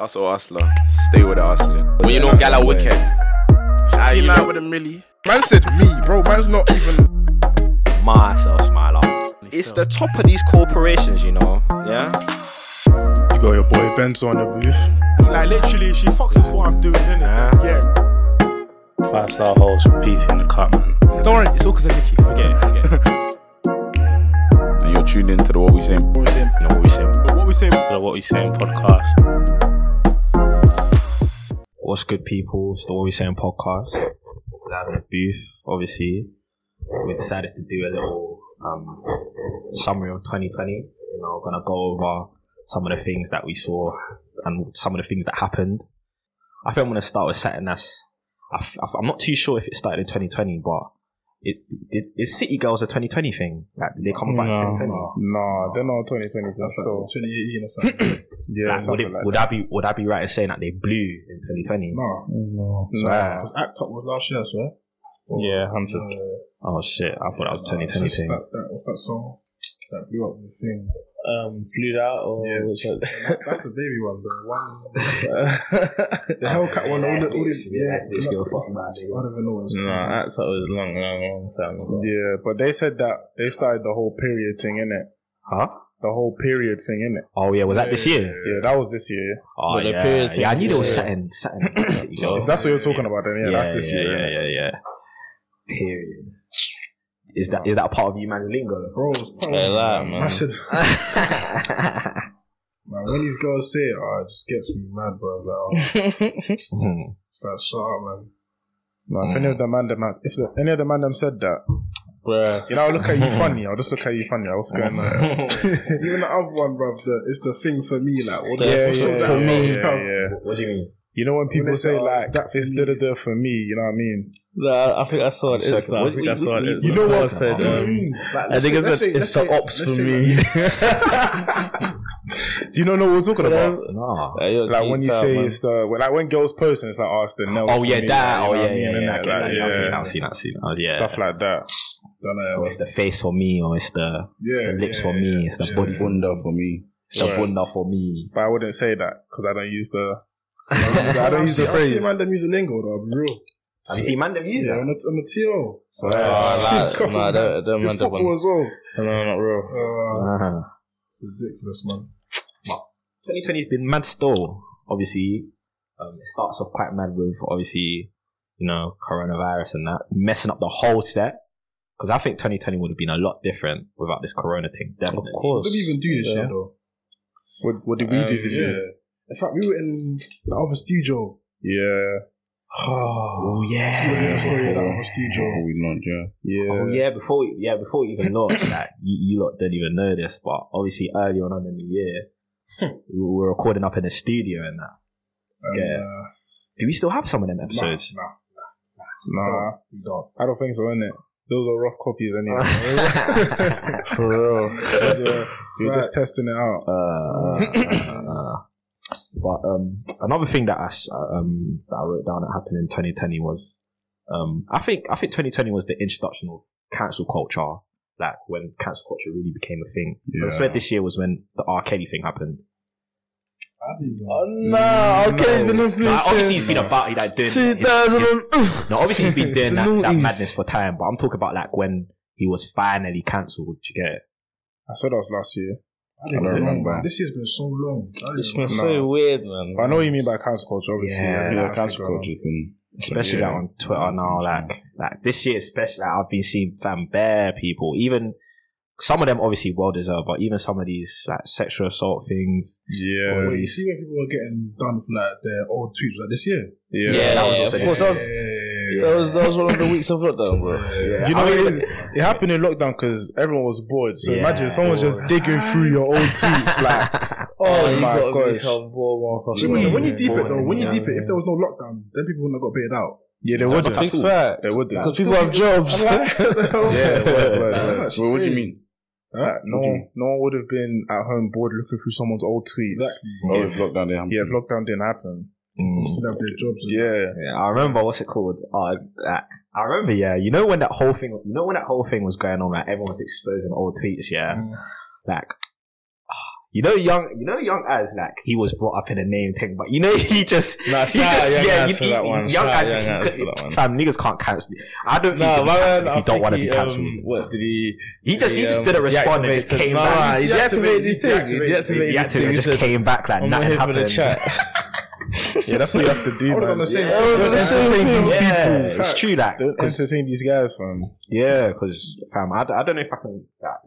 Hustle hustler. Stay with the hustling. When you know Gala Wicked. Ah, you T-Line know, with a milli. Man said me, bro. Man's not even. myself, smile up. It's the top of these corporations, you know. Yeah. You got your boy Benzo on the booth. Like literally, she fucks with what I'm doing, innit? Yeah. Five star holes PT in the cup, man. Don't worry, it's all because of Nikki. Forget it. Forget it. And you're tuned into the What We Saying. You know what we say? But what we say? The What We Saying podcast. What's good, people? It's the What We Saying podcast. We're having a booth, obviously. We decided to do a little um, summary of 2020. You know, we're going to go over some of the things that we saw and some of the things that happened. I think I'm going to start with Saturn That's I f- I f- I'm not too sure if it started in 2020, but it, did, is City Girls a 2020 thing? Like, did they come back in 2020? Nah, they're not 2020. That's still 2018 or something. yeah, Like, would, it, something like would that. I be would I be right in saying that they blew in 2020? Nah. Oh, No, Swear. Because Act Up was last year, I swear. yeah, hundred. Oh shit! I thought that was a 2020 Just thing. that, that, what's that song? That blew up the thing. Um, flew out or Yeah. which one? That's, that's the baby one, the one. the Hellcat one. All the, all the, yeah, I don't even know what it's called. Nah, that's what was long, long, long time ago. Yeah, but they said that they started the whole period thing in it. Huh? The whole period thing in it. Oh yeah, was that this year? Yeah, that was this year. Oh Well, the yeah. period yeah, I thing knew was there was this Saturn. Saturn. City If Girls. that's what you're talking about, then Oh. yeah, that's this yeah, year. Yeah, yeah, yeah. Period. Is that is that part of you man's lingo? Bro, it's probably Like that, Oh, man. I said, man, when these girls say it, oh, it just gets me mad, bro. Like, oh, it's Mhm. like, shut up, man. Nah, if any of the man them, had- if the, any of the man them said that, Bruh. you know, I'll look at you funny. I'll just look at you funny. Like, what's going on? Even the other one, bro, the, it's the thing for me, like, what the Yeah, yeah, what's all yeah, that yeah, about, yeah, yeah. what do you mean? You know when people they say, say oh, it's like that for it's me. da da da for me, you know what I mean? Nah, I think I saw it. Second. Insta. I think I saw it. You- Insta. you know Someone what? Said, bro? um, Like, I let's say- think it's, let's the, say- it's let's the say- ops let's for say, me. Do you know what we're talking about? Nah. Like, yo, Like when you deep say down, man. it's the well, like when girls post and it's like, oh, it's the nails. Oh for yeah, me, that. like, Oh you know yeah, what I mean? yeah, And yeah. that, yeah, like, yeah, I've seen, yeah. that, I've seen, that, I've seen. that. Oh, yeah. stuff like that. Or it's the face for me, or it's the, it's the lips for me, it's the body, Bunda for me. it's the Right. bunda for me. But I wouldn't say that because I don't use the. I I don't use the I see phrase. man them using lingo, though, I'll be real. Have you seen man them use Yeah, that? on the, on the TO. Oh, nah, Come nah, on, that- that Your man, that football one. as well. No, not real. Uh, Uh-huh. it's ridiculous, man. 2020 has been mad still. Obviously, um, it starts off quite mad with obviously, you know, coronavirus and that messing up the whole set. Because I think 2020 would have been a lot different without this corona thing. Definitely. Of course. We didn't even do this Yeah. year, though. Um, What, what did we do this yeah. year? In fact, we were in the other studio. Yeah, Oh, yeah. yeah. Story in the other studio. we launched, yeah. yeah. Oh yeah, before we- yeah, before we even launched that, you, you lot didn't even know this, but obviously early on in the year, we were recording up in the studio and that. Um, Yeah. Do we still have some of them episodes? Nah, We don't. I don't think so. In it, those are rough copies anyway. For real. yeah, you're just Facts. testing it out. Uh, uh, uh, uh. But um, another thing that I s- uh, um, that I wrote down that happened in 2020 was um, I think I think 2020 was the introduction of cancel culture, like when cancel culture really became a thing. I swear this year was when the R. Kelly thing happened. I didn't even. Oh, nah, Mm. okay, it's been Like, influenced. obviously, he's been about it, like doing his- 2000 his- and- no, obviously he's been doing that, The that noughties. madness for time. But I'm talking about like when he was finally cancelled. Do you get it? I said that was last year. I didn't I don't know, remember. man. This year's been so long. I didn't It's even been know. so weird, man. But I know what you mean by cancel culture, obviously. Yeah, that's Yeah, been cancel going on. culture's been. especially Yeah. that on Twitter now. Like, like this year, especially, like, I've been seeing fam bear people. Even some of them, obviously, well deserved, but even some of these like sexual assault things. Yeah, Wait, you see when people were getting done for like their old tweets like this year? yeah. Yeah, that was, Yeah. of course, that was, Yeah. that was, that was one of the weeks of lockdown, bro. Yeah, You know, I mean, it, it happened in lockdown because everyone was bored. So Yeah. imagine someone's just digging through your old tweets, like, Oh, Oh you my gotta be gosh. some poor motherfucker. Actually, When, you- when you Yeah. deep it though, when you Yeah. deep it, if there was no lockdown, then people wouldn't have got bailed out. yeah, they That's wouldn't. not Big fact. They wouldn't. Because people have jobs. yeah, word, word, word. That's Well, what do you crazy. mean? Like, no, one, no one would have been at home bored looking through someone's old tweets. Exactly. Oh, If- it's lockdown there. Yeah, if lockdown didn't happen. mm. Still have their jobs. Yeah, Yeah, I remember what's it called? Uh, like, I remember, yeah. You know when that whole thing, you Mm. know when that whole thing was going on, like everyone was exposing old tweets, yeah. Like, ah, You know, young, you know, young as like he was brought up in a name thing, but you know, he just, Nah, he shout out just, Young yeah, Az you- for you- that you- one. young Shout out as, Young Az for that one. fam, niggas can't cancel. I don't think Nah, you can my be man, cancelled if I you don't think want to he, be cancelled. um, what did he? he just, he he, just um, didn't respond and deactivated just came no, back. he You have to make this thing. You have to He make this deactivated, thing. just came back like I'm not nothing here for the happened. chat. yeah, that's what you have to do, man. Yeah, yeah, it's Facts. true that Don't entertain these guys, fam. yeah, because fam, I, I don't know if I can,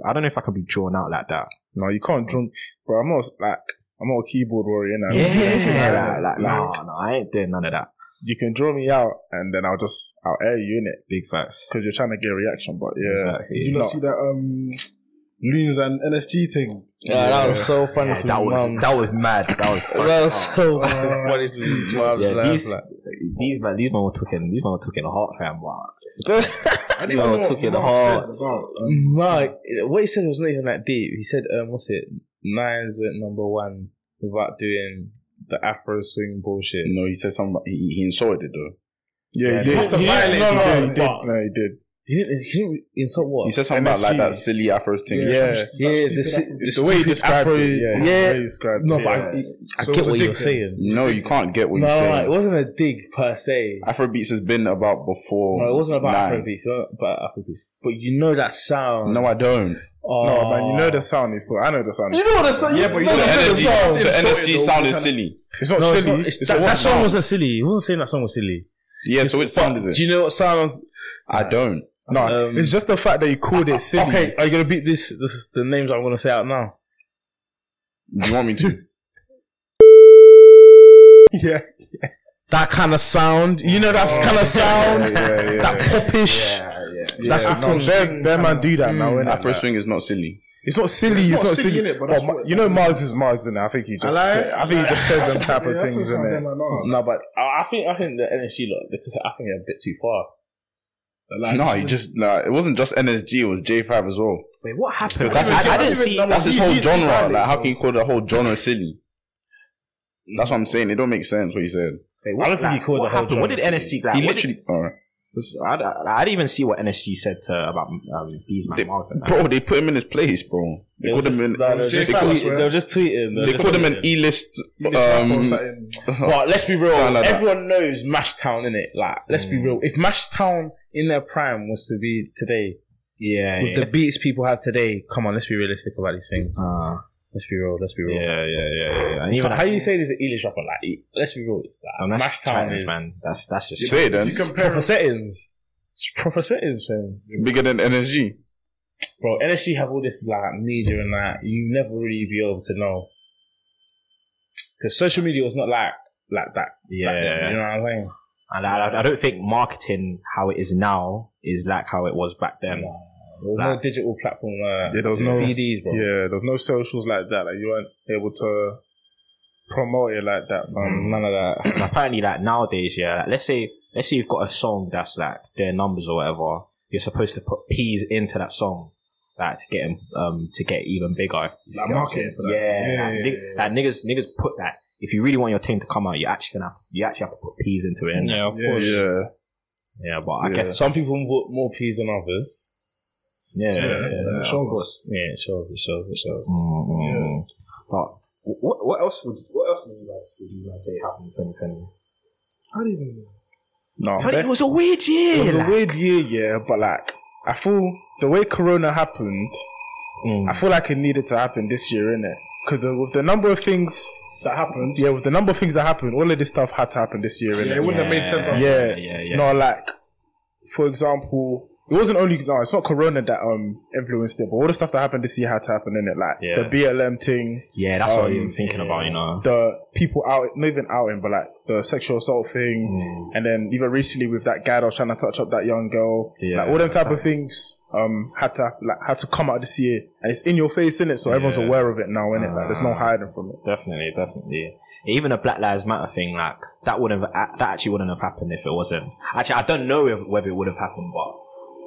I don't know if I can be drawn out like that. No, you can't drunk. Bro, I'm not like I'm not a keyboard warrior now. Yeah, like, like, no, no, I ain't doing none of that. you can draw me out, and then I'll just I'll air you in it Big facts. because you're trying to get a reaction. But yeah, Exactly. Did you not see that um Loons and NSG thing? Yeah, that was so funny. Yeah, that was that was mad. That was funny. That was so. what is yeah, these, these man, these man were talking, these man were talking hard, fam. Wow. I Yo, even took what it Mark hard. said about, um, Mike? What he said was not even that deep. He said, um, "What's it? Nines went number one without doing the Afro swing bullshit." No, he said something. He, he insulted though. Yeah, he Yeah, did. no, He no, did. No, no, he no, did. but- No, he did. He didn't, he didn't insult what? He said something about like NSG. that silly Afro thing. Yeah, yeah. Yeah, the si- It's the way he described it. Yeah, Yeah. The way he described No, it. but yeah. I, I So get it's a what dick you're thing. saying. No, you can't get what he's No, saying. it wasn't a dig per se. Afrobeats has been about before. No, it wasn't about Nines. Afrobeats. It wasn't about Afrobeats. But you know that sound. No, I don't. Oh, No, man, you know the sound is still. I know the sound. You know what the sound. Yeah, but you know So the NSG, sound. so NSG sounded silly. It's not No, it's silly. not- it's it's- a that, what that song sound. wasn't silly. He wasn't saying that song was silly. Yeah, so which sound is it? Do you know what sound? I don't. No, Um, it's just the fact that you called it silly. Okay, are you gonna beat this? this the names I'm gonna say out now. Do you want me to? Yeah. That kind of sound. You know that kind of sound. yeah, yeah. That popish. That's Yeah, the no, thing. bare- bare man do that now, innit? Afro Like, swing is not silly. It's not silly. It's, It's not not silly. silly, innit? But Well, that's Ma- what- you know, Margs is Margs, and I think he I just, like- said- I think he just says them type Yeah, of that's things, what sounded innit? like that. No, but I I think I think the NSG lot. They took it, I think they're a bit too far. no, he just nah, it wasn't just NSG. It was J5 as well. Wait, what happened? That's I, his- I didn't see. That's his he- whole he- genre. he- Like, how can you call the whole genre silly? That's what I'm saying. It don't make sense what he said. Wait, what, I don't think like, he called what the whole happened? What genre did NSG? Like, He what literally, alright. did- I, I, I didn't even see what NSG said to, about um, these man. They- Miles and that. bro, they put him in his place, bro. They called him in. They were They just call- tweet- they were just tweeting. they were called just him an tweeting. E-list. He just rapped on Um, something. But let's be real. Sound like that. everyone knows Mashtown, innit? Like, let's be real. If Mashtown in their prime was to be today, yeah, with yeah. the beats people have today, come on, let's be realistic about these things. Uh, Let's be real. Let's be yeah, real. yeah, yeah, yeah. And Even even how you say this an English rapper? Like, e- let's be real. um, Like, that's Mashtown Chinese, is man. man. That's that's just say it then. proper settings. It's proper settings, fam. Bigger than NSG. Bro, NSG have all this like media and that. You never really be able to know because social media was not like like that. yeah. Like, yeah, yeah. you know what I'm saying. And I, I- I don't think marketing how it is now is like how it was back then. There was no digital platform. Uh, Yeah, there was just no- CDs, bro. Yeah, there's no socials like that. Like, you weren't able to promote it like that, man. None of that. 'Cause apparently, like nowadays, yeah. Like, let's say let's say you've got a song that's like their numbers or whatever. You're supposed to put P's into that song, like to get 'em, um to get even bigger. If, if Like you know what I'm marketing saying. for that. Yeah, Yeah, like, yeah, nig- like, niggas niggas put that. If you really want your thing to come out, you actually gonna have to, you actually have to put P's into it. Yeah, Yeah, yeah. yeah but I Yeah. guess Some people put more P's than others. yeah, yeah, yeah, of sure. course. Yeah, it shows. It shows. It shows. Mm, mm, mm. But wh- what what else would what else would you guys would you guys say happened in 2020? I don't even know. No, Tony, bare- it was a weird year. It was like- a weird year, yeah, but like I feel the way Corona happened, Mm. I feel like it needed to happen this year, innit? Because with the number of things that happened, yeah, with the number of things that happened, all of this stuff had to happen this year, Yeah, innit? it wouldn't have made sense. Yeah, otherwise. yeah, yeah, yeah. No, like for example, it wasn't only no, it's not Corona that um influenced it, but all the stuff that happened this year had to happen, innit? Like Yeah. the BLM thing, yeah, that's what Um, I've been thinking about. You know, the people out, not even outing, but like the sexual assault Mm. thing, and then even recently with that guy that was trying to touch up that young girl, Yeah. like all them type of things um had to like had to come out this year, and it's in your face, in it, so everyone's Yeah. aware of it now, in it. Like there's no Ah. hiding from it. definitely, definitely. Even the Black Lives Matter thing, like that would have that actually wouldn't have happened if it wasn't. Actually, I don't know if, whether it would have happened, but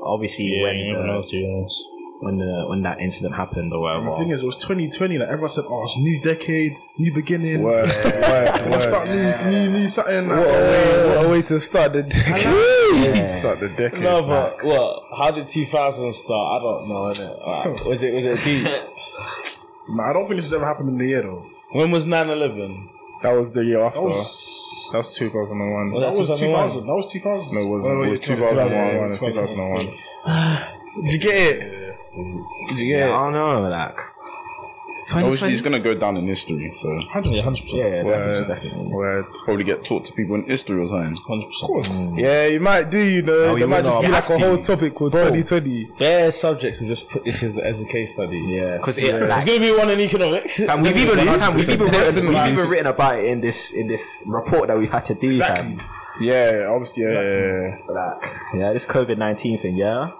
obviously when the, when the when that incident happened or And The thing whatever. is, it was 2020. Like everyone said, "Oh, it's new decade, new beginning. Word, word, Let's word. start new, new, new something." What a way, what a way to start the decade. Way to start the decade. No, man. but what? How did 2000 start? I don't know. Innit? Like, was it was it deep? Nah, I don't think this has ever happened in the year though. When was 9 11? That was the year after. That was, was, 2001. Well, that was 2001. That was 2000. no, it wasn't. Well, it was yeah, 2001. yeah, It's 2001. Did you get it? Did you get I don't know, like. It's Obviously, 2020. it's gonna go down in history, so Yeah, 100%. Yeah, yeah, Word, definitely. word. Mm. probably get taught to people in history or something. it? Of course. Yeah, you might do, you know. No, there you might will not. just be You like have a to. whole topic called 2020. Bare subjects are just put this as, as a case study. Yeah. Because it, like, There's going to be one in economics. And we've even fam, we've even written, we've Like- even written about it in this in this report that we've had to do. Exactly. Yeah, obviously, yeah, yeah, yeah. Like, yeah, this COVID nineteen thing. Yeah,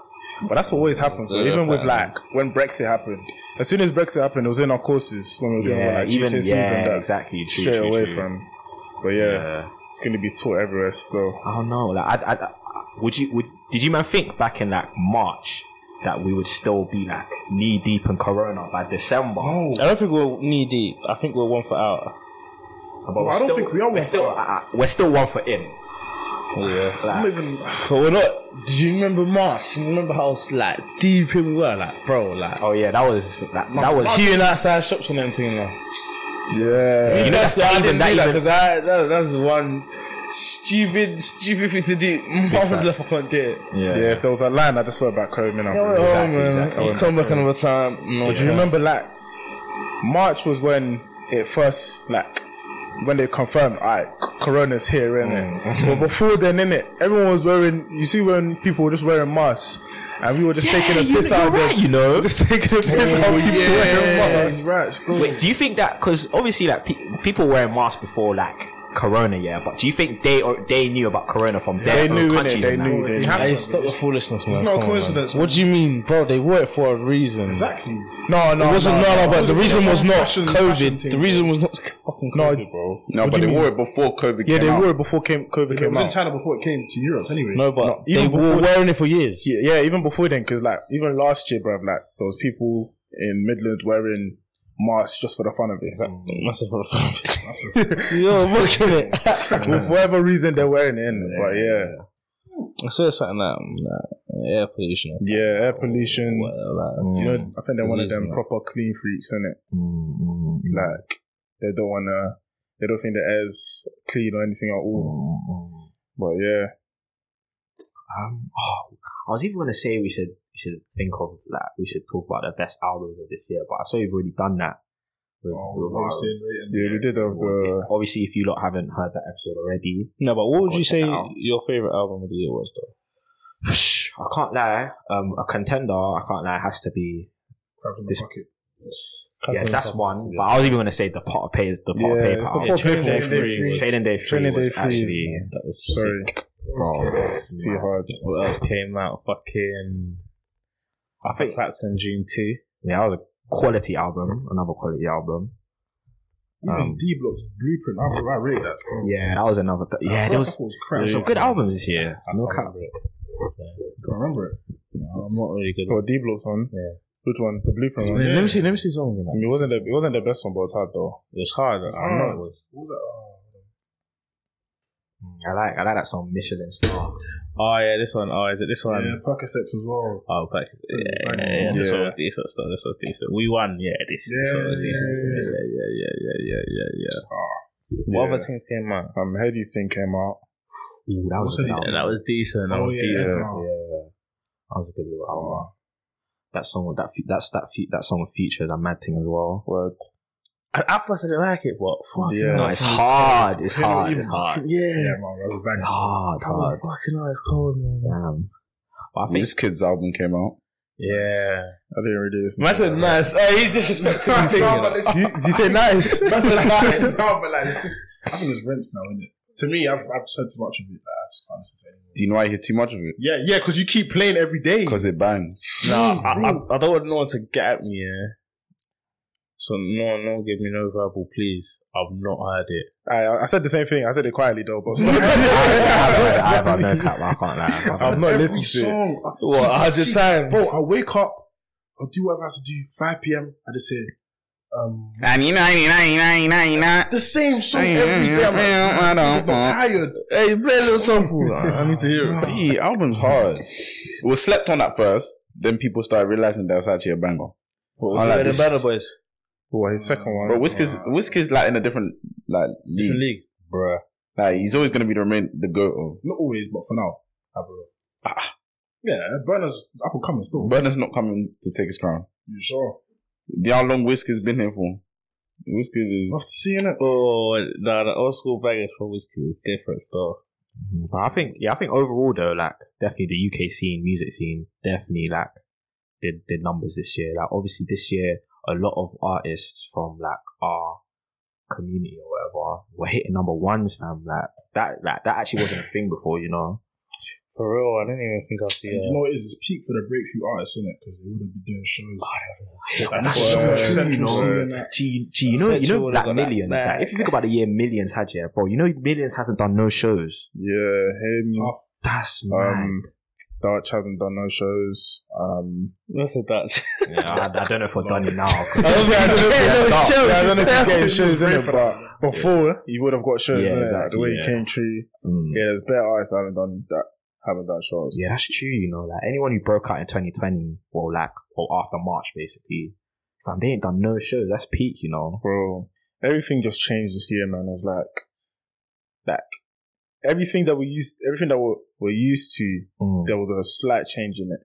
But that's what always happens. So even with like when Brexit happened, as soon as Brexit happened, it was in our courses when we were doing yeah, like even GCSEs yeah, E and that. exactly. True, Straight true, away true. from. But yeah, it's going to be taught everywhere still. I don't know. Like, I, I, I- would you would did you man think back in like March that we would still be like knee deep in Corona by December? Oh, I don't think we're knee deep. I think we're one foot out. but we're I don't still, think we are We're one still, foot uh, uh, we're still one foot in. Yeah. Like, I'm even. But we're not. Do you remember March? You remember how it's like deep in we were? Like, bro, like. oh yeah, that was that, that was. queuing outside shops and everything now. Yeah. You know, that's I even- didn't that do that even- because I that, that's one stupid stupid thing to do. Mom was left on there. Yeah, if there was a line, I just thought about curving up. Yeah, Exactly. oh, man. exactly. You come back another time. No, But do you remember like March was when it first like when they confirmed alright c- corona's here innit but before then innit everyone was wearing you see when people were just wearing masks and we were just taking a you- piss you're out of them right, you know. just taking a piss out of people wearing masks right still Wait, do you think that because obviously like pe- people wearing masks before like Corona, yeah, but do you think they or they knew about Corona from their they own knew innit countries? they and that? knew they knew Hey, stop the foolishness, man. It's not a coincidence, What do you mean, bro? They were for a reason. Exactly. no no It wasn't no, no, no, but the reason was not Fashion- fashion COVID. thing. The reason was not fucking No, COVID, bro. No, but they wore it before COVID. yeah came they out. were before came, COVID It came was in out China before it came to Europe, anyway. No, but No, they even were before- wearing it for years. Yeah, yeah, even before then, because like even last year, bruv, like there was people in Midland wearing masks just for the fun of it. Massive for Yo, look at it. With whatever reason they're wearing it, innit? but yeah, I saw something like, like air pollution. or yeah, air pollution. something like that. You know, I think they're one of Disease, them man. proper clean freaks, innit? Mm, mm, Like they don't wanna, they don't think the air's clean or anything at all. mm. But yeah, Um, oh, I was even gonna say we should we should think of like we should talk about the best albums of this year, but I saw you've already done that. With, Oh, Oh, with our- yeah, we did have awards. the. If- obviously, if you lot haven't heard that episode already, No, but what would Go you check say it out. your favorite album of the year was, though? I can't lie. Um, a contender, I can't lie, has to be this. Yeah, that's one. But I was even gonna say the pot of paper, the pot of Yeah, paper. it's the album. pot of paper. Training Day Free was- Training Day Free Training Day was Free. actually That was sick. Sorry, bro. it's too hard. What else came out? Fucking. I think Clapton Dream 2. Yeah, that was a quality album. Another quality album. Even Um, D Block's Blueprint, I, I rate that. Yeah, that was another. Th- yeah, there was, That was there crap. was some good albums this year. I No can't cap. remember it. I remember it. No, I'm not really good. Oh, D Block's one. Yeah. Which one? The blueprint one. Let me see. Let me see something. I mean, it wasn't the it wasn't the best one, but it's hard though. It was hard. I know it was. What was Mm, I like I like that song Michelin Star. Oh yeah, this one. Oh, is it this Ah. that? one? Yeah, Percocets as well. Oh, but yeah, yeah, yeah, Yeah. This one was decent. Still, this was decent. We won. Yeah, this, this one was Yeah. decent. Yeah, yeah, yeah, yeah, yeah, yeah, yeah. What Yeah. other things came out? Um, Heady thing came out. Ooh, that was a good Yeah, album. that was decent. That Oh, was yeah. decent. Oh. That was a good little Oh. album. That song, that fe- that's that fe- that song featured a mad thing as well. Word. I, at first, I didn't like it, but fucking No, Yeah. hell, it's that hard. It's song- hard. It's hard. Yeah, Yeah, man, that was It's banging. hard. Hard. fucking hell, it's cold, man. Damn. But I think This kid's album came out. Yeah, I didn't really listen. man said nice. Oh, he's disrespecting me. No, but it's- You, you say nice. That's a lie. No, but like, it's just, I think it's rinse now, isn't it? To me, I've, I've just heard too much of it. Like, I just can't listen to it anymore. Do you know I hear too much of it? Yeah, yeah, because you keep playing every day. Because it banged. Nah, I, I, I don't want no one to get at me. Yeah. So no, one- no, one give me no verbal, please. I've not heard it. I, I said the same thing. I said it quietly though, but I have no cap. I can't lie. I can't lie. I'm not every listening to it. song. I- What a hundred Gee, times? Bro, I wake up, I do whatever I have to do, 5 p.m., I just say, um, the same song every day. I'm like, "This nigga's not tired. Hey, play a little sample. I need to hear it. The album's hard. It was slept on at first. Then people started realizing that was actually a banger. What I was like it? The this. Banner Boys. What his second one? But Whiskers, Whiskers, like in a different like league. league, bruh. Like he's always gonna be the main, the goat of. Not always, but for now. Ah, bro. Yeah, Burner's up and coming still. Burner's not coming to take his crown. You sure? The how long Whiskers been here for? Whiskers We'll have to is see in it. Oh, nah, the old school baggage from Whiskey is different stuff. But I think, yeah, I think overall though, like definitely the UK scene, music scene, definitely like did did numbers this year. Like obviously this year, a lot of artists from like our community or whatever were hitting number ones, fam. Like that, like that actually wasn't a thing before, you know. For real, I didn't even think I see And You it. know what it is? It's peak for the breakthrough artists, isn't it? Because they would have been doing shows. And that's so Word. much true, you Central know. scene and that. Gee, gee, you know, you know, Central, they like got that millions. Like, if you think about the year millions had, yeah, bro. You know, millions hasn't done no shows. Yeah, him. That's mad. Um, Dutch hasn't done no shows. Um, That's a Dutch. Yeah, I, I don't know if we're done now. I don't think I don't know if he's yeah, I don't know if he's getting shows in for it, but before he would have got shows. Yeah, innit? Like, exactly, the way yeah. he came through. Mm. Yeah, there's better artists that haven't done that. Haven't done shows. Yeah, that's true. You know, like anyone who broke out in 2020, well, like, well, after March, basically, fam, they ain't done no shows. That's peak, you know. bro. Everything just changed this year, man. I was like, like everything that we used, everything that we're, we're used to, Mm. there was a slight change in it.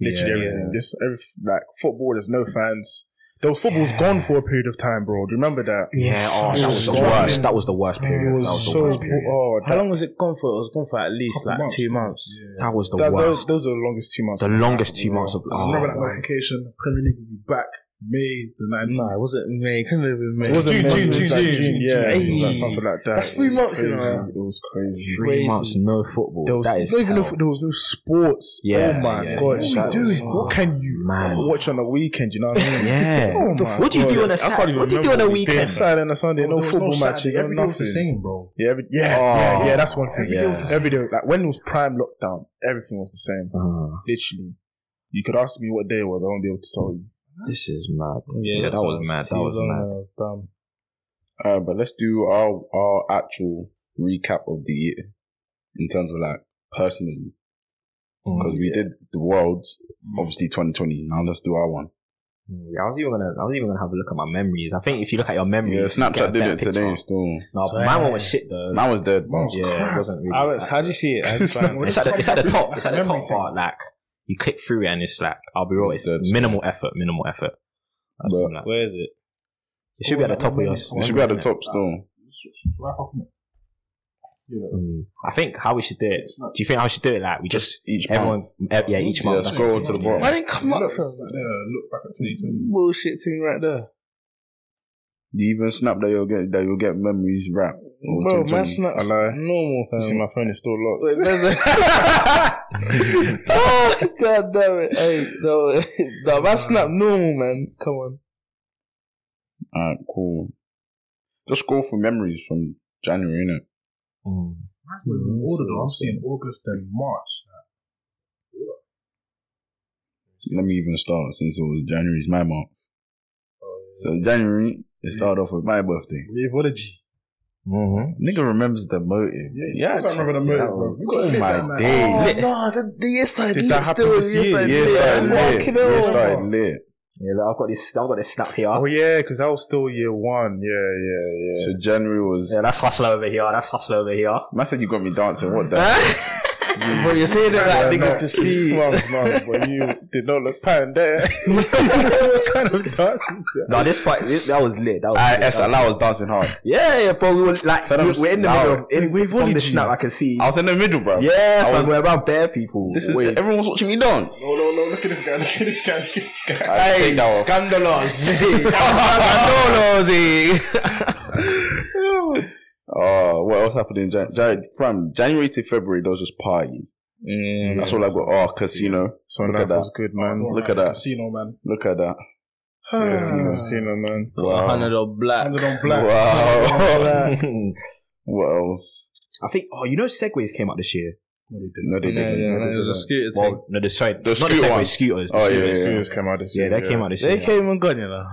Literally Yeah, everything. Just every, like football, there's no fans. There was football's gone for a period of time, bro. Do you remember that? Yeah, oh, that was the so worst. That was the worst It period. That was was the so worst period. oh, How that, long was it gone for? It was gone for at least Couple like months, two man. months. That was the that, those, worst. those are the longest two months. the longest two months of. Just Oh, remember that man. notification. Premier League will be back May the 19th. No, it wasn't May. It couldn't have been May. It wasn't June, May, June, it was like June, June. yeah, it was Hey. like something like that. That's It three was months, you crazy. know. It was crazy. Three crazy. months, no football. There was that is not even hell. no, there was no sports. Yeah, oh my yeah, yeah. god, what That are you was- doing? What can you Man. watch on the weekend? You know what I mean? Yeah. Oh my what do you do on a God. I can't Saturday? even What do you do on a remember what we did. weekend? Saturday and a Sunday, no, There was football Saturday. matches, Every no day was the nothing. same, bro. Yeah, every, yeah, Oh. yeah, yeah, that's one thing. Every day was the Every day, like when it was prime lockdown, everything was the same. Uh, Literally, you could ask me what day it was, I won't be able to tell you. this is mad. Yeah, that was mad. That was mad. Dumb. Uh, but let's do our our actual recap of the year in terms of like personally because Mm. we did the worlds obviously 2020. Now let's do our one. Mm. Yeah, I was even gonna, I was even gonna have a look at my memories. I think if you look at your memories, Yeah, you get a Snapchat did better it picture. today. Still, No, but mine one was shit though. man was dead. Bro. yeah, it wasn't really. Alex, how do you see it? It's like- it's, at the, it's at the top. It's at the top part. Like you click through and it's like, I'll be real. It's Dead minimal effort. Minimal effort. That's But- what I'm like. Where is it? It should be at the top of yours. It should be at the top still. Wrap up, innit? Mm. I think how we should do it. Do you think how we should do it? Like we just Each month. everyone, e- yeah, each Yeah, month. scroll to the bottom. Why didn't come up Look, from like, yeah, look back at 2020. bullshit thing right there? You even snap that you'll get that you'll get memories wrapped. Bro, my snap's I lie. normal, You see, fam. my phone is still locked. Wait, there's a- oh, God damn it. Hey, no, no, my snap normal, man. Come on. Alright, cool. Just go for memories from January, innit? Mm. Mine's not even older though. I'm seeing August and March. Let me even start since it was January's my month. So January, it started off with my birthday. Leavology. Mm-hmm. Nigga remembers the motive. Yeah, I can't remember the motive, bro. We got Oh lit that my night. days. Oh, Lit. no, the, the year started Did lit that happen still. this the year year? started lit. Year started lit. Fucking Year hell. started lit. Yeah, look, I've got this. I've got this snap here. Oh yeah, because I was still year one. Yeah, yeah, yeah. So January was. Yeah, that's hustler over here. That's hustler over here. Man said you got me dancing. What the? Huh? Bro, you're saying that like niggas can see. Mum's mum, but you did not look pan there. what kind of dances? No, this fight, this, that was lit. That was I lit. S Allah was dancing hard. Yeah, yeah, bro. We were like, Tell them we, are in the now. middle of, in, Wait, what from did the you- snap, I can see. I was in the middle, bro. yeah, I fam, was- we're about bare people. This is Wait. everyone was watching me dance. No, no, no. Look at this guy. Look at this guy. Look at this guy. I take that off. Oh, what else happened in Jan- Jan- from January to February? Those was parties. That's all I got. Oh, casino. So Look life at that. was good, man. Look at that. Casino, man. Look at that. Casino, casino, man. Wow. of black. Handed on black. Wow. I what else? think. Oh, you know, segways came out this year. No, they didn't. it was a scooter thing. Well, no, the sorry, The not the scooter one. segways, scooters. the Oh, scooters. yeah, Scooters came out this yeah, year. that came out this They year. came and gone, you know.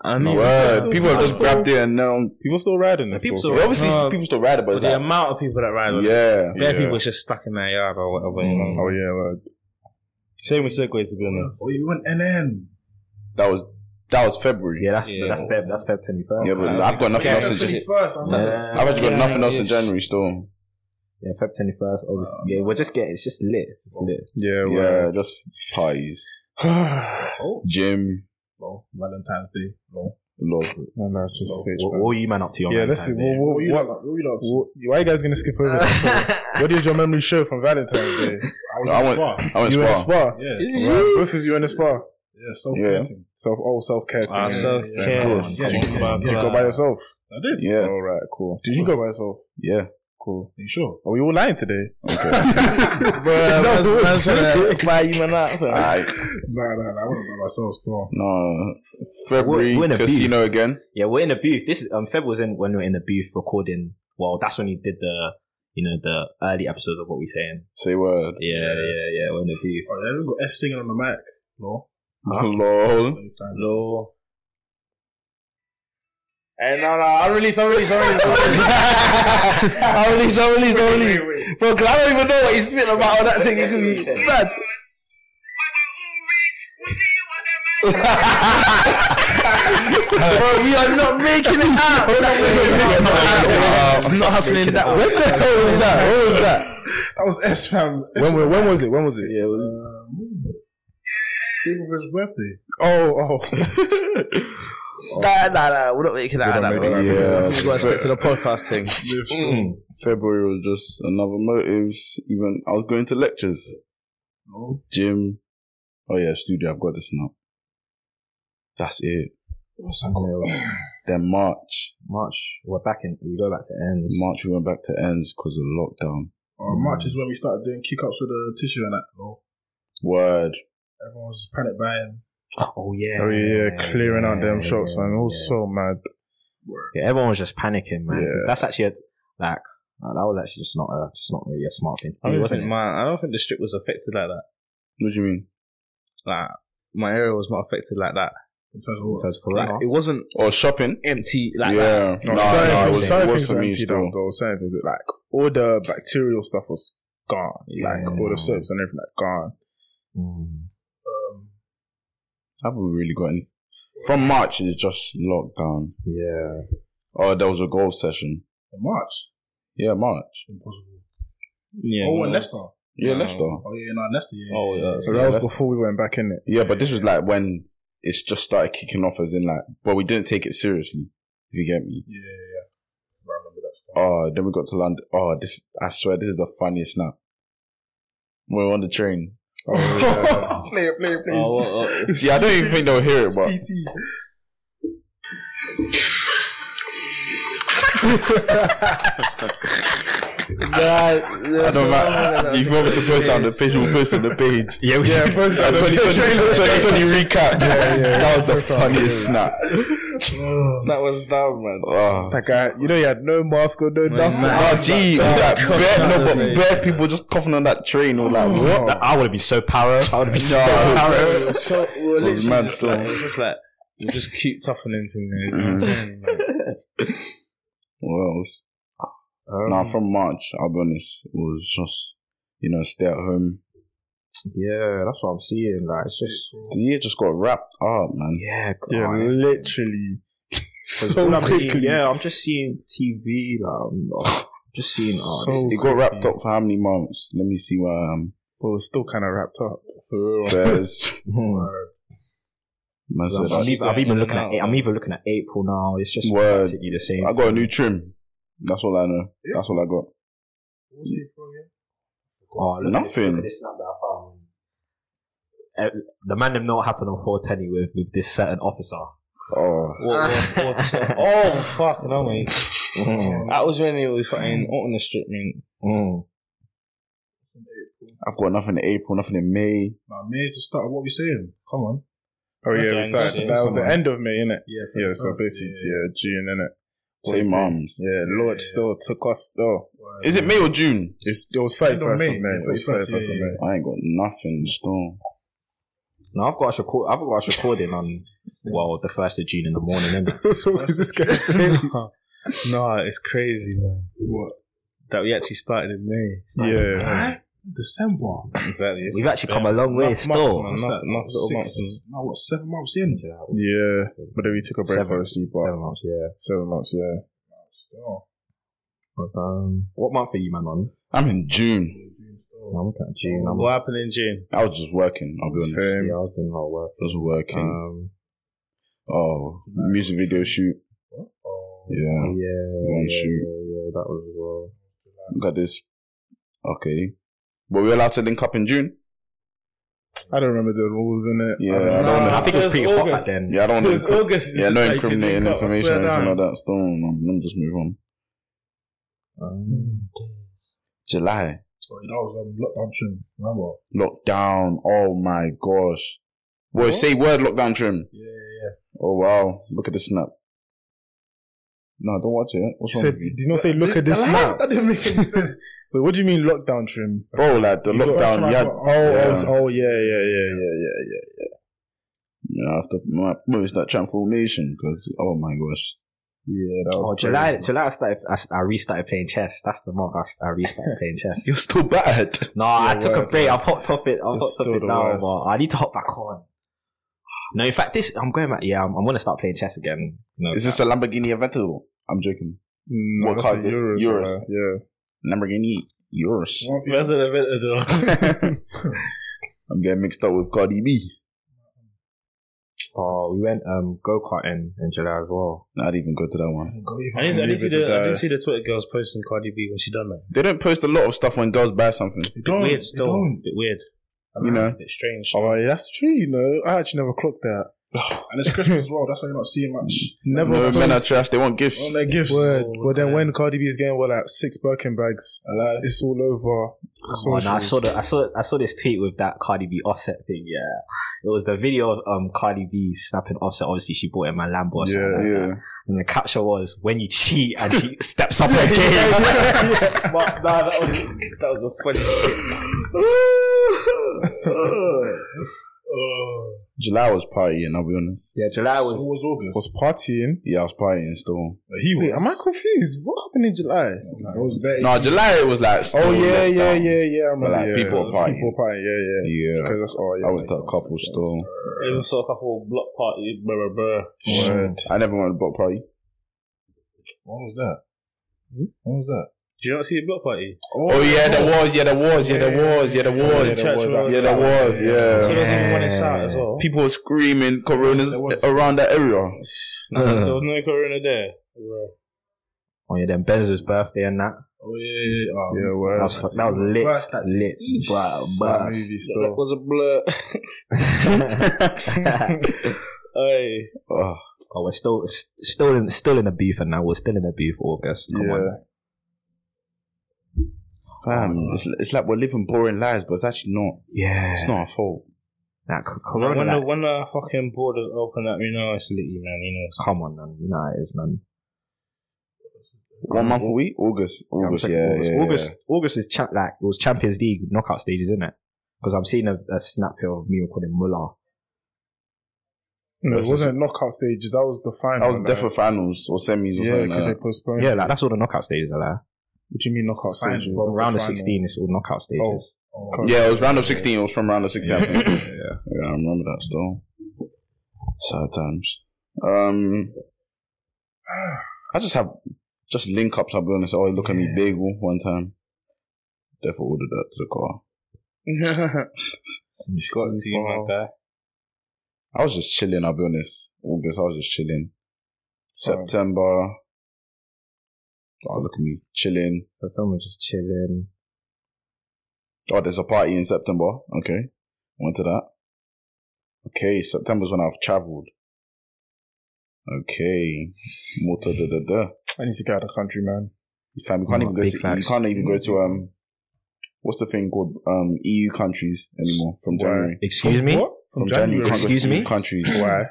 I mean, Word. People have just grabbed it and now People still riding it. People still. still- obviously No. people still ride about but the that. amount of people that ride on it, Yeah. bare Yeah. people is just stuck in their yard or whatever, you know. Mm. Oh yeah, man. Same with Segway, to be honest. Oh, you went NN. That was That was February. Yeah, that's that's Feb. That's Feb twenty first. Yeah, but I've got nothing else. In, First, I'm not yeah, I've actually got nothing else in January still. yeah, Feb twenty first. Obviously, yeah, we're just getting. It's just lit. It's just lit. Yeah, yeah, just parties, gym, no, Valentine's Day. No. love. No, no, it's just sage. What, what were you man up to? On Yeah, Valentine's let's see. Day? What, what, what, what- why are you guys gonna skip over? that? what did your memory show from Valentine's Day? I, went. I went you in spa. a spa. Yeah. Right, both of you in a spa. Yeah, so Yeah. Self, oh, self care. Ah, self care. Did you go by yourself? I did. Yeah. All right, cool. Did you go by yourself? Yeah. Cool. You sure? Are we all lying today? Alright. Nah, nah, nah. I went by myself still. No. February We're- we're in a casino again. Yeah, we're in the booth. This is, um Feb was in when we were in the booth recording. Well, that's when he did the you know the early episodes of what we saying. Say word. Yeah, yeah, yeah. We're in the booth. Oh, yeah, we got S singing on the mic. No. Lol. Hello. Eh, Hey, no, no, I'm released, I'm released, I'm released. I'm released, I'm released, I'm released, I'm released. Bro, because I don't even know what he's spitting about on that thing. It's going to be bad. Bro, we are not making it out. We're not making it out. It's not happening that way. When the hell was that? What was that? That was S fam. When, when, when was it? When was it? Yeah. People for his birthday. Oh, oh. Nah, nah, nah. We're not making that. Nah, nah, nah. Yeah. We gotta stick to the podcast thing. Mm. February was just another motives. Even I was going to lectures. No. Gym. Oh yeah, studio. I've got this now. That's it. Then March. March. We're back in. We go back to end. March we went back to ends because of lockdown. Or Uh, March is when we started doing kick ups with the tissue and that. No. Word. Everyone was just panic buying. Oh yeah. oh yeah, yeah, clearing out them yeah, shops, yeah, man. It was yeah. so mad. Yeah, everyone was just panicking, man. 'Cause Yeah. That's actually a, like uh, that was actually just not a just not really a smart thing. I to do, don't wasn't think it? my, I don't think the strip was affected like that. What do you mean? Like, my area was not affected like that. In terms of what? Sounds Like, correct. it wasn't Or Oh, shopping. empty like that. yeah. No, Nah, certain nah, it things, was- certain it was things for were me emptied still. out though. Certain things, like all the bacterial stuff was gone. like all the soaps and everything, like gone. Mm. Have we really got any? From March, it's just lockdown. Yeah. Oh, there was a golf session. In March. Yeah, March. Impossible. Yeah, oh, no, in that's- Leicester. Yeah, No. Leicester. Oh, yeah, no, in Leicester, yeah. Oh, yeah. So that Yeah, was that's- before we went back in it. Yeah, but this was like when it's just started kicking off, as in like, but we didn't take it seriously. If you get me. Yeah, yeah, yeah. I remember that stuff. Oh, then we got to London. Oh, this I swear this is the funniest snap. We We're on the train. play it, play it, please. oh, Yeah, I don't even think they'll hear it, but I don't matter. You forgot to post down the page. We'll post on the page. Yeah, we yeah, post down the 2020, 2020 recap. Yeah, yeah, that was the funniest snap. That was dumb, man. Oh, That guy, you know, he had no mask or no nothing. oh gee, that bare, no, but bare people just coughing on that train or like what? That- I would have been so power. I would have been so power. so we were It was literally mad just still. like, it was just like we just keep toughening things. You know what I'm saying? Like, Mm-hmm. What else? Um, now from March, I'll be honest, it was just you know stay at home. Yeah, that's what I'm seeing. Like it's just The year just got wrapped up, man. yeah, Yeah, God. literally. All So I'm seeing- quickly. yeah, I'm just seeing TV. Like I'm not- just seeing. Oh, So this- It got wrapped up for how many months? Let me see um, where I am. But we're still kind of wrapped up. There's, Hmm. man said, I'm, I, even, I'm even looking at. Yeah, yeah. I'm even looking at April now. It's just Word. practically the same. I got a new trim. That's all I know. That's all I got. Oh, look At this, Nothing. look at this snap that I found. Uh, the man them know what happened on 420 with, with this certain officer. Oh, oh fuck, no man. That was when it was fucking out on the strip, man. I've got nothing in April, nothing in May. Nah, May's the start of what we saying. Come on. Oh That's yeah, right, we that's started. it, That was the somewhere. end of May, innit? Yeah, Yeah, so basically, yeah, June, innit? Same Same. moms. Yeah, Lord still took us though. Is it May or June? It's, it was thirty End of first of May, May. It was 31st, thirty first of yeah, May. I ain't got nothing still. No, I've got us record. I've got us recording on well the first of June in the morning. innit? What's wrong with this guy's face? No, it's crazy, man. What? That we actually started in May. Yeah. December. Exactly. We've actually come a long way still. Months, man, not, not little months. Six, no, what, seven months in? Yeah, but then we took a break, Seven. obviously. But Seven months, yeah. seven months, yeah. But, um, what month are you, man, on? I'm in June. I'm looking at June. I'm What happened in June? I was just working. I'll be honest. yeah, Same. I was doing a lot of work. Just working. Um, oh, music video shoot. yeah, Oh. Yeah. yeah, One yeah, shoot. yeah, that was as well. Look at this. Okay. But we're allowed to link up in June. I don't remember the rules in it. Yeah, I don't know. wanna- I think it was it's pretty hot back August. then. Yeah, I don't It want was to. August. Yeah, no Like, incriminating you can information or swear anything like down. that. Still, um, let me just move on. Um, July Sorry, that was um, lockdown trim. Remember? lockdown. Oh my gosh. Well, say word lockdown trim. Yeah, yeah, Oh wow, look at the snap. No, don't watch it. What's You wrong said, with you? did you not say look at this now? That didn't make any sense. Wait, what do you mean lockdown trim? Bro, Oh, like the You got- lockdown. Yeah, Oh, oh, Yeah. oh, yeah, yeah, yeah, yeah, yeah, yeah. yeah, after my bro, it's that transformation because oh my gosh. Yeah, that Oh, July, July, I started, I, I restarted playing chess. That's the month I, s- I restarted playing chess. You're still bad. No, I took a break. I popped off it. I It's popped off still it the down, worst. but I need to hop back on. No, in fact, this I'm going back. Yeah, I'm, I'm going to start playing chess again. No, Is this a Lamborghini Aventador? I'm joking. Mm, What that's car a is this? Urus, Urus. uh, Yeah. Lamborghini Urus. That's an event at all. I'm getting mixed up with Cardi B. oh, we went um go karting in July as well. I'd even go to that one. I didn't, I didn't see the I didn't see the Twitter girls posting Cardi B when she done that. They don't post a lot of stuff when girls buy something. Bit weird still. Bit weird. You know. Bit strange. Oh, yeah, that's true, you know. I actually never clocked that. And it's Christmas as well. That's why you're not seeing much. Never No, men are clocked trash. They want gifts. All their gifts. Word. Oh, Well, then man. when Cardi B is getting, what, like six Birkin bags, it's all over. Oh, no, I saw the I saw I saw this tweet with that Cardi B offset thing. Yeah, it was the video of um Cardi B snapping offset. Obviously, she bought in my Lambo. Or something like that. yeah. And the caption was when you cheat and she steps up her game. But, nah, that was that was a funny shit. Oh. July was partying. I'll be honest. Yeah, July was. So was August. Was partying. Yeah, I was partying still. he Wait, am I confused? What happened in July? It was better. No, July it was like. still Oh, yeah, lockdown. yeah, yeah, yeah. I But, remember, like, yeah. people were partying. People partying, yeah, yeah. Yeah. Because that's all, yeah. I was makes at a sense, couple makes sense. still. It was sort of a couple block party, blah, blah, blah. Word. I never went to a block party. What was that? Hmm? What was that? Do you not see the block party? Oh yeah, there was. Yeah, there was. Yeah, there was. Yeah, there Yeah, was. there was. Yeah, there was. So Yeah. there's even one inside as well. People were screaming coronas There was- around that area. there was no corona there. Oh yeah, then Benz's birthday and that. Oh, yeah, yeah, yeah. Oh, Yeah, That word. was, fu- that was lit. Burst that- lit. Bruh, That bruh. movie That still. was a blur. Aye. Ugh. oh, we're still s- still in still in the beef and now we're still in the beef August. Come on. Fam, it's, it's like we're living boring lives, but it's actually not. Yeah. It's not our fault. That c- Man, corona. when, the, like- when the fucking borders open up, you know, it's litty, man. You know, it's come on man. You know how it is, man. One month a week? August. I'm August, checking yeah. August. yeah, August, yeah. August is cha- like it was Champions League knockout stages, isn't it? Because I'm seeing a, a snap here of me recording Muller. No, it Versus- wasn't knockout stages. That was the final. That was like. definitely finals or semis Yeah, or something. because Like they that. postponed. Yeah, like that's all the knockout stages are there. What do you mean knockout Finals, stages? well, That's the Round of final. 16 is all knockout stages. Okay. Yeah, it was round of 16. It was from round of 16. I think. yeah. I remember that still. Sad times. Um, I just have just link ups, I'll be honest. Oh, look at me, bagel one time. Therefore, ordered that to the car. got to you, my guy. I was just chilling, I'll be honest. August, I was just chilling. September. Oh, look at me, chilling. The film was just chilling. Oh, there's a party in September. Okay. Went to that. Okay, September's when I've traveled. Okay. Motor da da da. I need to get out of the country, man. Fam, you can't Mm, even go big to facts. you can't even go to um what's the thing called um EU countries anymore from January. Excuse me? What? From January, you can't go to Excuse EU me? countries. Why?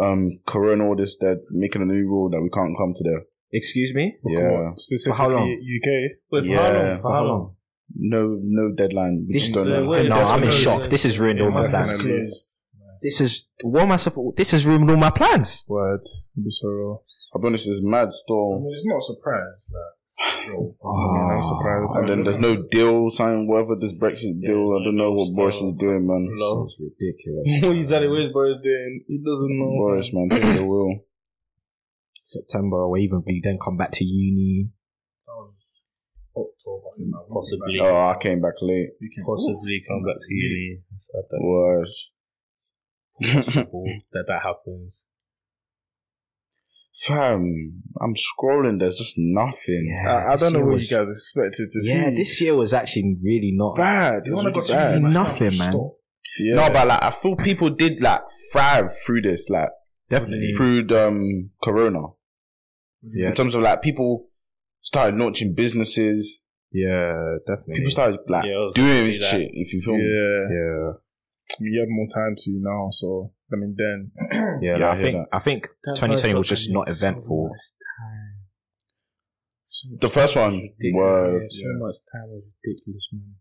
Um Corona all this they're making a new rule that we can't come to there. Excuse me? Yeah. Specifically how long? UK. Wait, for how Yeah. long? For how long? No no deadline. We This just don't is, uh, know. wait, no, that's I'm in crazy. shock. This has ruined all my Definitely. plans. This is what am I supposed? This has ruined all my plans. Word. It'd be so real. I'll be honest, it's mad I still. mean, it's not a surprise. Like, Man, I'm surprised. And then there's no deal sign, whatever this Brexit deal. I don't know what Boris is doing, man. It's ridiculous. he's at it. Where's Boris doing? He doesn't know. Boris, man, take the wheel. September or even be then come back to uni. October, you know, Possibly. Oh, I came back late. You can Possibly come back to uni. So I don't Was possible that that happens. fam, I'm scrolling. There's just nothing. Yeah, I, I this don't know year what was- you guys expected to see. Yeah, this year was actually really not. Bad. It You was wanna go really to bad. uni, Nothing, stop, man. stop. Yeah. No, but like I feel people did like thrive through this, like Definitely. through the, um Corona. Yeah. In terms of like people started launching businesses, Yeah, definitely. people started like Yeah, I was gonna doing say shit. that. If you feel me, yeah, yeah, you had more time to now. So I mean, then yeah. Yeah, like, I I, think hear I think 2020 was just not eventful. the first one was so much time was ridiculous, man.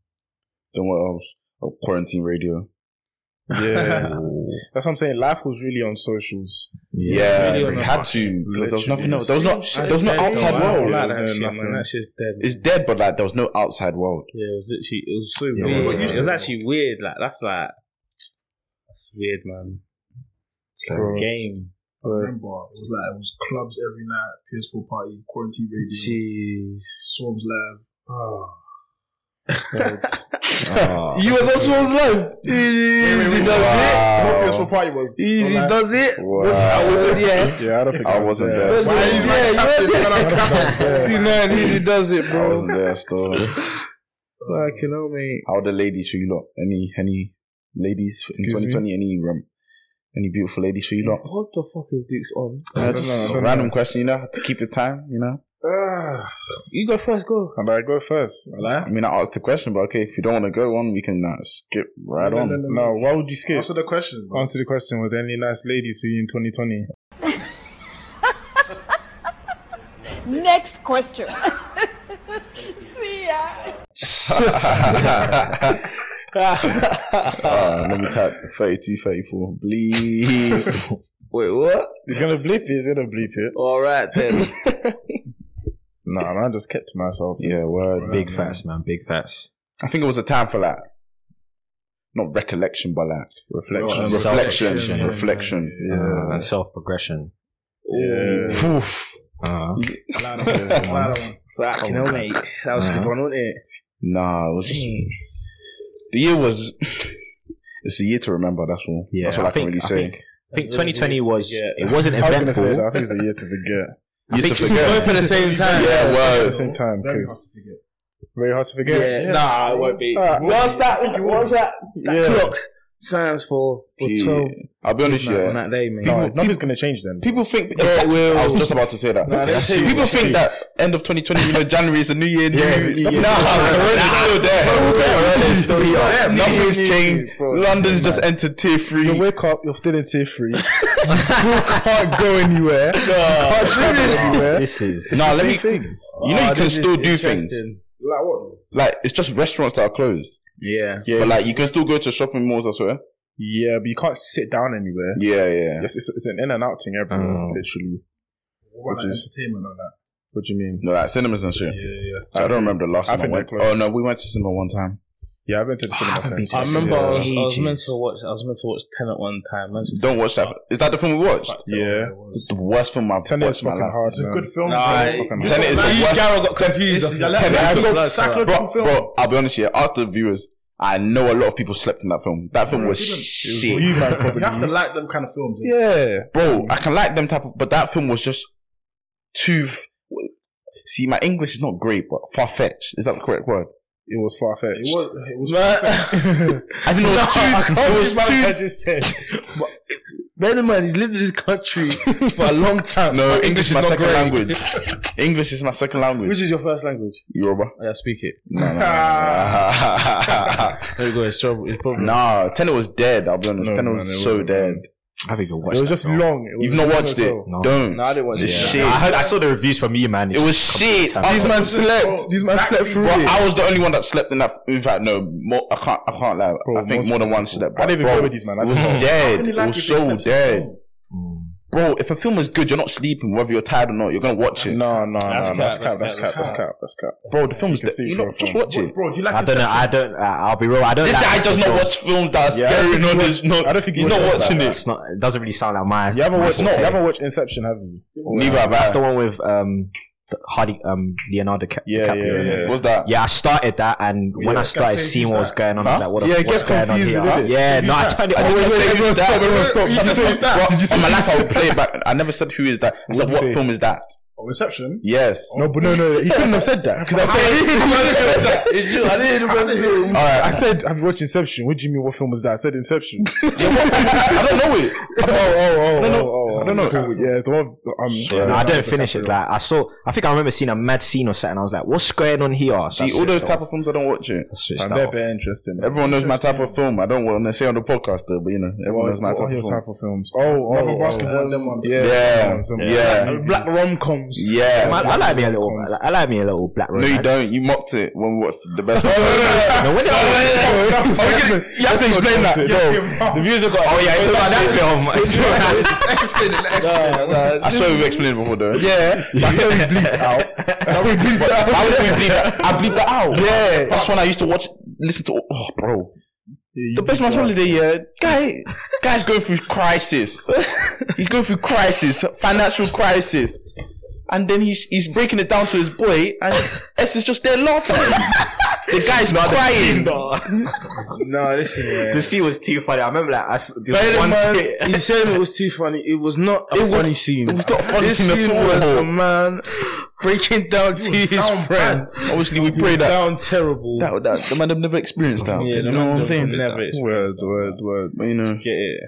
then what else? Oh, quarantine radio. Yeah, that's what I'm saying. Life was really on socials. Yeah, Radio we on had us. to. because There was nothing else. There was Same not. shit. There was no Dead, outside though. I don't world. like that Yeah, shit, man. nothing. That shit's dead. It's dead, but like there was no outside world. Yeah, it was literally it was so we weird. got man. used It to was it. actually weird. Like that's like that's weird, man. It's like Bro. a game. I remember, it was like it was clubs every night, PS4 party, quarantine radio, Jeez. Ah. Swarms Live. Oh. You was also was live. Easy What does PS4 party was? Easy Online. does it. Wow. yeah. Yeah, I don't think I wasn't there. Why is my captain gonna come back? man, easy does it, I wasn't there still. Fucking hell, mate. How are the ladies for you lot? Any any ladies in Excuse me? 2020? Any um, any beautiful ladies for you lot? What the fuck is Duke's on? I Uh, don't just know, I a don't random know. question, you know, to keep the time, you know. Ah. You go first, go. And I go first. I mean, I asked the question, but okay, if you don't want to go on, we can uh, skip right No, no, on. no, no, No, why would you skip? Answer the question. bro. Answer the question with any nice ladies for you in 2020. Next question. See ya. Uh, let me type 32, 34. Bleep. Wait, what? You're gonna bleep it, you're gonna bleep it. All right then. Nah, man, I just kept to myself. yeah, word. Big facts, man. Big facts. I think it was a time for that. Not recollection, but like Reflection. reflection. Reflection. Reflection. Yeah, Uh, and self progression. Yeah. Poof. Uh-huh. Uh, Fucking hell, mate. That was a good one, wasn't it? Nah, it was just. The year was. It's a year to remember, that's all. Yeah, that's what I I, can think- really I say. think- I think 2020 was it wasn't I was gonna say eventful. that. I think it's a year to forget. I think it's both at the same time. Yeah, At the word. same time, Very hard because to forget. very hard to forget. Nah, it won't be. Ah, what's that? What's that? That Yeah. clock stands for for Yeah. twelve. I'll be honest, on yeah. that day, mate. no, nothing's gonna change then. People think. Yeah, I was just about to say that. People think that end of 2020, you know, January is a new year. New yeah, Nah, Corona's still there. Corona's still there. Nothing's changed. London's just entered tier three. You wake up, you're still in tier three. you still can't go anywhere. You Nah. can't travel anywhere. This is Nah, Ah, let me. You know, you can still do things. Like what? Like it's just restaurants that are closed. Yeah. but like you can still go to shopping malls, I swear. Yeah, but you can't sit down anywhere. Yeah, yeah. It's, it's, it's an in and out thing everywhere, Oh. literally. What about Which like, is- entertainment and that? What do you mean? No, like cinemas and shit. Yeah, yeah. I don't remember the last I time I think went. they're Oh closed. no, we went to cinema one time. Yeah, I've been to the cinema. haven't been since. to I the remember I was, I was Ages. meant to watch I was meant to watch Ten at one time. I just Don't watch that. Is that the film we watched? Yeah. The worst film I've Ten years watched in my fucking life. hard. It's a man. good film. Nah, bro. fucking Tenet is the worst. got It's- confused. it's- it's- it's- it's- it's- bro, it's- it's- bro, I'll be honest here. Ask the viewers. I know a lot of people slept in that film. That film was Well, shit, you, man, probably- you have to like them kind of films. eh? Yeah. bro. I can like them type, of, but that film was just too. f- See, my English is not great, but far fetched. Is that the correct word? It was far fetched. It was. It was. As in, it was too. It was too just said. Bear in mind, he's lived in this country for a long time. No, English, is my second language. English is my second language. Which is your first language? Yoruba. Yeah, speak it. nah, There you go, it's trouble it's probably Tenet was dead. I'll be honest. No, Tenet man, it was so wasn't, dead. I haven't even watched. It was that just film. long. It was You've not long watched as it. well. No. Don't. No, I didn't watch It's it. shit. I, heard, I saw the reviews from you, man. It was shit. These man slept. These man slept through Bro, it. I was the only one that slept in that. In fact, no, more, I can't. I can't lie. Bro, I think most more than people- one slept. I didn't even bro, go with these, man. I It was didn't- dead. It was so dead. Mm. Bro, if a film is good, you're not sleeping, whether you're tired or not. You're gonna watch it. No, no, That's no, no, that's cap, cap, that's that's cap, cap, that's cap, that's cap. Bro, the film's can that, see you from know, a just film. watch it. Bro, do you like I don't know. I don't. Uh, I'll be real. I don't. This like guy action does not films. watch films that are Yeah, I scary. think No, he there's no. I don't think he he's not watches watching it. It's not. It doesn't really sound like my. You haven't my watched, no, forte. you haven't watched Inception, have you? Neither have That's the I. one with um, Hardy, um, Leonardo Ca- Yeah, DiCaprio. yeah, isn't it? yeah. What's that? Yeah, I started that, and when I started say seeing who's what was that. going on, I was like, "What the Yeah, yeah, it what's gets going on confusing, here?" isn't it? Yeah, no, I turned it. off. wait, wait, everyone stop, everyone stop. You Did said you who's say that? that? Did you say On my life, I would play it back. I never said who is that. I said What'd you say? what film is that? Oh, Inception. Yes. No, but no, no, he couldn't have said that. Because I said, It's you. I didn't All right, I said, have you watched Inception? What do you mean, what film was that? I said Inception. I don't know it. oh, oh, oh, oh, oh, I don't know. oh. Yeah, the one, um, No, I Leonardo didn't finish it. DiCaprio. Like I saw, I think I remember seeing a mad scene or something. I was like, "What's going on here?" So I See, all those switched type off. of films, I don't watch it. I switched And they're off. very interesting. man. Everyone knows my type of film. I don't want to say on the podcast though, but you know, everyone knows my What type are your of film. type of films? Oh, oh, Love and oh, Basketball, um, them ones. Yeah, Yeah, some- yeah, Black rom coms. Man, yeah. I like me a little. I like me a little black. No, you romance. don't. You mocked it when we watched the best. No, when did I- You have to explain that. The views are got. Oh yeah, it's about that film. It's about that- I swear we've explained it before though. Yeah. That's how we bleed out. That's we bleed Why out. would we bleep that? I bleep that out. Yeah. That's when I used to watch, listen to, oh, bro. The best man's holiday, yeah. Guy, guy's going through crisis. he's going through crisis, financial crisis. And then he's, he's breaking it down to his boy, and S is just there laughing. the guy's crying. No, listen, yeah. The scene was too funny. I remember like I s- there was Spider one Man, scene- he's saying it was too funny. It was not a funny scene. It was not a funny This scene at scene all. was a man breaking down to his friend. Obviously, we Break prayed that. down terrible. That, that, the man have never experienced that. Yeah, you the know man what I'm have saying? never experienced word, word, word. But you know, Get it.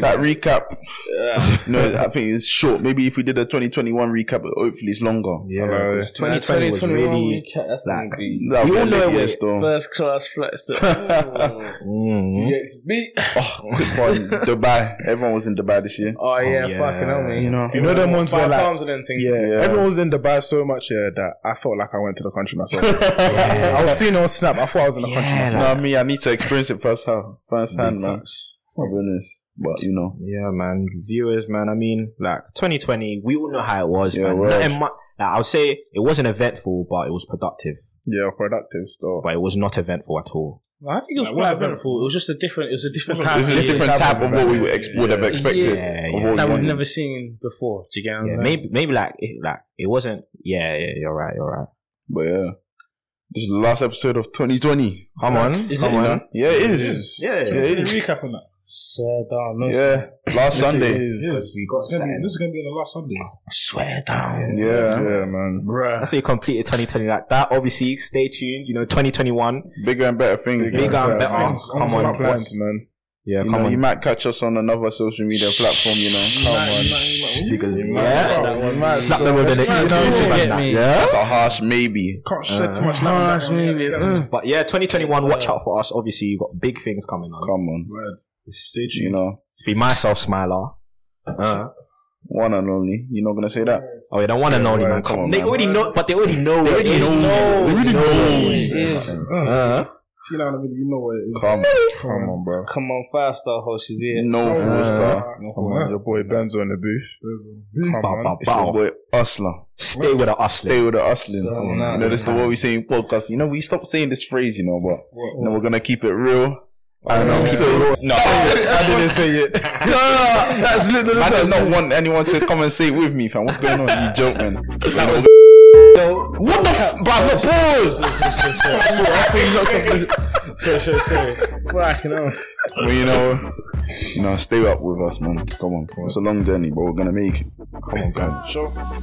that recap. no, I think it's short. Maybe if we did a 2021 recap, hopefully it's longer. Yeah. 2020 was really that's like- gonna be That We all know it was- was though. first class flights. That, mm, EXB. Oh, Dubai. Everyone was in Dubai this year. Oh yeah, yeah. fucking hell, man. You know, You know them ones where five like pounds and anything. Yeah, Yeah. everyone was in Dubai so much yeah, that I felt like I went to the country myself. I was seeing it on Snap. I thought I was in the country You myself. know what I mean? I need to experience it first Oh, hand, first hand, man. My goodness. But you know, Yeah, man. Viewers, man. I mean, like 2020, we all know how it was, Yeah, man. word. Nothing mu- like, I would say it wasn't eventful, but it was productive. Yeah, productive stuff. But it was not eventful at all. I think it was Like, quite what's the- eventful. It was just a different. It was a different it type. was a different type of what we would ex- would have expected. Yeah, of yeah. what we that we've wanted. never seen before. Do you get what I'm Yeah, saying? maybe, maybe like, it, like it wasn't. Yeah, yeah, you're right, you're right. But yeah, this is the last episode of 2020. Come on, Is come it? on. Yeah, it is. Yeah, Yeah, it is. Recap on that. Swear down, no swear. Yeah, last Yes. Sunday. we got It's gonna be- something. This is gonna be on the last Sunday. Swear down. Yeah. Yeah, man. Bruh. That's how you completed 2020 like that. Obviously, stay tuned. You know, 2021, bigger and better things. bigger and better. Things Come on on, my plans, what's- man. Yeah, You, come know, on. you might catch us on another social media platform. You know, come on. because yeah, Oh, man. slap them with an exclusive. get and that. me. Yeah. That's a harsh maybe. Can't Uh, shed too much Oh, light on that's that one, yeah. maybe- Yeah. Mm. But yeah, 2021, watch out for us. Obviously, you've got big things coming on. Come on, Word. you know, It's be myself, Smiler. Uh, one and only. You're not gonna say that. oh, yeah, don't want to know well, man. come Come on, on, they man. already know, but they already know. They already know. They already know. Uh-huh. See now, I mean, you know what it is. Come, Come on, bro. Come on, five star host, she's here. no four star. Come on, your boy Benzo in the booth. Bow, Come bow, on. It's your bow. boy Hustler. Stay with us. Stay with the hustling. So Come on, nice. you know, this is the what we saying podcast. You know, we stopped saying this phrase. You know, but you know, we're gonna keep it real. I don't know. Keep it real. No, I didn't say it. No, no, no. That's literally. I did not want anyone to come and say it with me, fam. What's going on? You joke, man. You know, What the f- bro? no, Pause. I think you got something- Sorry, sorry, sorry. Fucking hell. Well, you know, you know, stay up with us, man. Come on, it's a long journey, but we're gonna make it. Come on, guys. Sure.